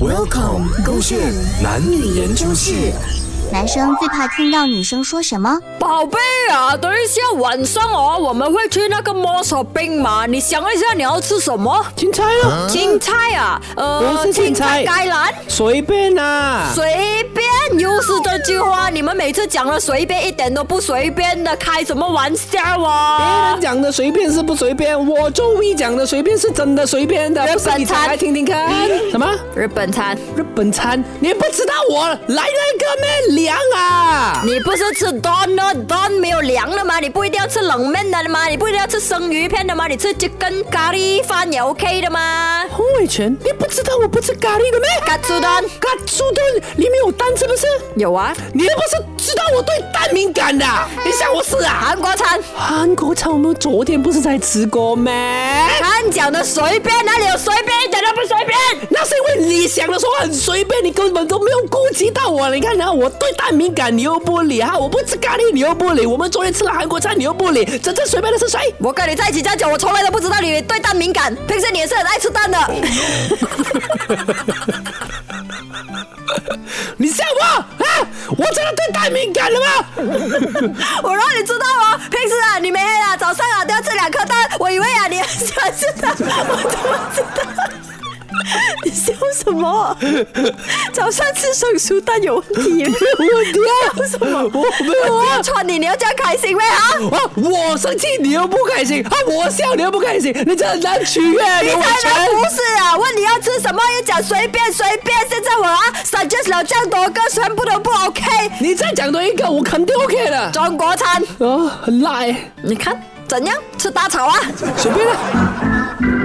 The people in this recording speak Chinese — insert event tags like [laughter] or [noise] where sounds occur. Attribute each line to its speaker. Speaker 1: Welcome，勾线男女研究室。
Speaker 2: 男生最怕听到女生说什么？
Speaker 3: 宝贝啊，等一下晚上哦，我们会去那个 mall shopping 嘛？你想一下你要吃什么？
Speaker 4: 青菜咯，
Speaker 3: 青菜啊，
Speaker 4: 不
Speaker 3: 呃，
Speaker 4: 是青菜啊
Speaker 3: 橄榄，
Speaker 4: 随便啦、
Speaker 3: 随便。又是这句话，你们每次讲的随便一点都不随便的，开什么玩笑
Speaker 4: 别
Speaker 3: 啊
Speaker 4: 人？讲的随便是不随便，我周一讲的随便是真的随便的。
Speaker 3: 日
Speaker 4: 不信你
Speaker 3: 本餐
Speaker 4: 打开听听看，什么
Speaker 3: 日本餐，
Speaker 4: 日本餐？你不知道我来那个咩凉啊？
Speaker 3: 你不是吃 don don 没有凉的吗？你不一定要吃冷面的吗？你不一定要吃生鱼片的吗？你吃鸡跟咖喱饭也 OK 的吗？
Speaker 4: 洪伟全，你不知道我不吃咖喱的咩？
Speaker 3: 咖喱蛋
Speaker 4: 咖喱炖里面有蛋是不是？
Speaker 3: 有啊，
Speaker 4: 你又不是知道我对蛋敏感的，你想我是啊？
Speaker 3: 韩国餐。
Speaker 4: 韩国菜我们昨天不是才吃过咩？
Speaker 3: 看讲的随便，哪里有随便一点都不随便？
Speaker 4: 那是因为你想的时候很随便，你根本都没有顾及到我。你看，然后我对蛋敏感，你又不理哈；我不吃咖喱，你又不理；我们昨天吃了韩国菜，你又不理。真正随便的是谁？
Speaker 3: 我跟你在一起这样久，我从来都不知道你对蛋敏感，平时你也是很爱吃 [laughs] 蛋的。
Speaker 4: 你笑我啊！我真的对蛋敏感了吗？
Speaker 3: 我让你知道哦，平时啊，你每天啊早上啊都要吃两颗蛋，我以为啊你很喜欢吃蛋，我怎么知道？你笑什么？早上吃生熟蛋有 [laughs] 问题？
Speaker 4: 我
Speaker 3: 笑
Speaker 4: 天！
Speaker 3: 什么？
Speaker 4: 我没有
Speaker 3: 我
Speaker 4: 啊
Speaker 3: 要！穿你，你要这样开心咩啊？
Speaker 4: 啊！我生气你又不开心，啊！我笑你又不开心，你真的很难取悦
Speaker 3: 你
Speaker 4: 你
Speaker 3: 才
Speaker 4: 完
Speaker 3: 来
Speaker 4: 全。
Speaker 3: [laughs] 不是啊！问你要吃什么，一讲随便随便。现在我啊 suggest 了这样多个，全部都不 OK。
Speaker 4: 你再讲多一个，我肯定 OK 的。
Speaker 3: 中国餐，
Speaker 4: 啊，很辣欸，
Speaker 3: 你看怎样？吃大炒啊！
Speaker 4: 随便啦。